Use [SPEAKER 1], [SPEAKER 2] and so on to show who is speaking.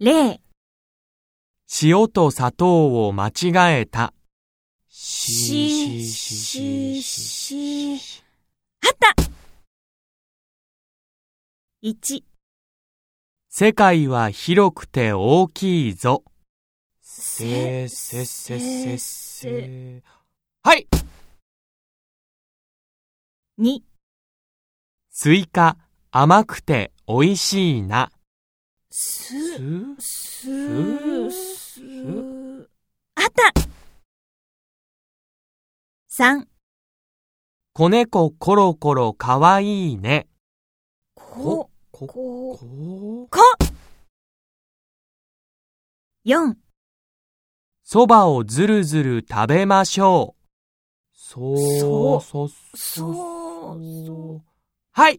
[SPEAKER 1] 例、
[SPEAKER 2] 塩と砂糖を間違えた。
[SPEAKER 1] し、し、し、あった !1、
[SPEAKER 2] 世界は広くて大きいぞ。
[SPEAKER 1] せ
[SPEAKER 2] せ
[SPEAKER 1] せせせ。
[SPEAKER 2] はい
[SPEAKER 1] 2、
[SPEAKER 2] スイカ、甘くて美味しいな。
[SPEAKER 1] す、
[SPEAKER 2] す
[SPEAKER 1] す、
[SPEAKER 2] す
[SPEAKER 1] す、あった !3、
[SPEAKER 2] 子猫コロコロかわいいね。
[SPEAKER 1] こ、
[SPEAKER 2] こ、
[SPEAKER 1] こ、
[SPEAKER 2] こ。
[SPEAKER 1] こ !4、
[SPEAKER 2] そばをずるずる食べましょう。そ
[SPEAKER 1] そう
[SPEAKER 2] そ、
[SPEAKER 1] そう、
[SPEAKER 2] はい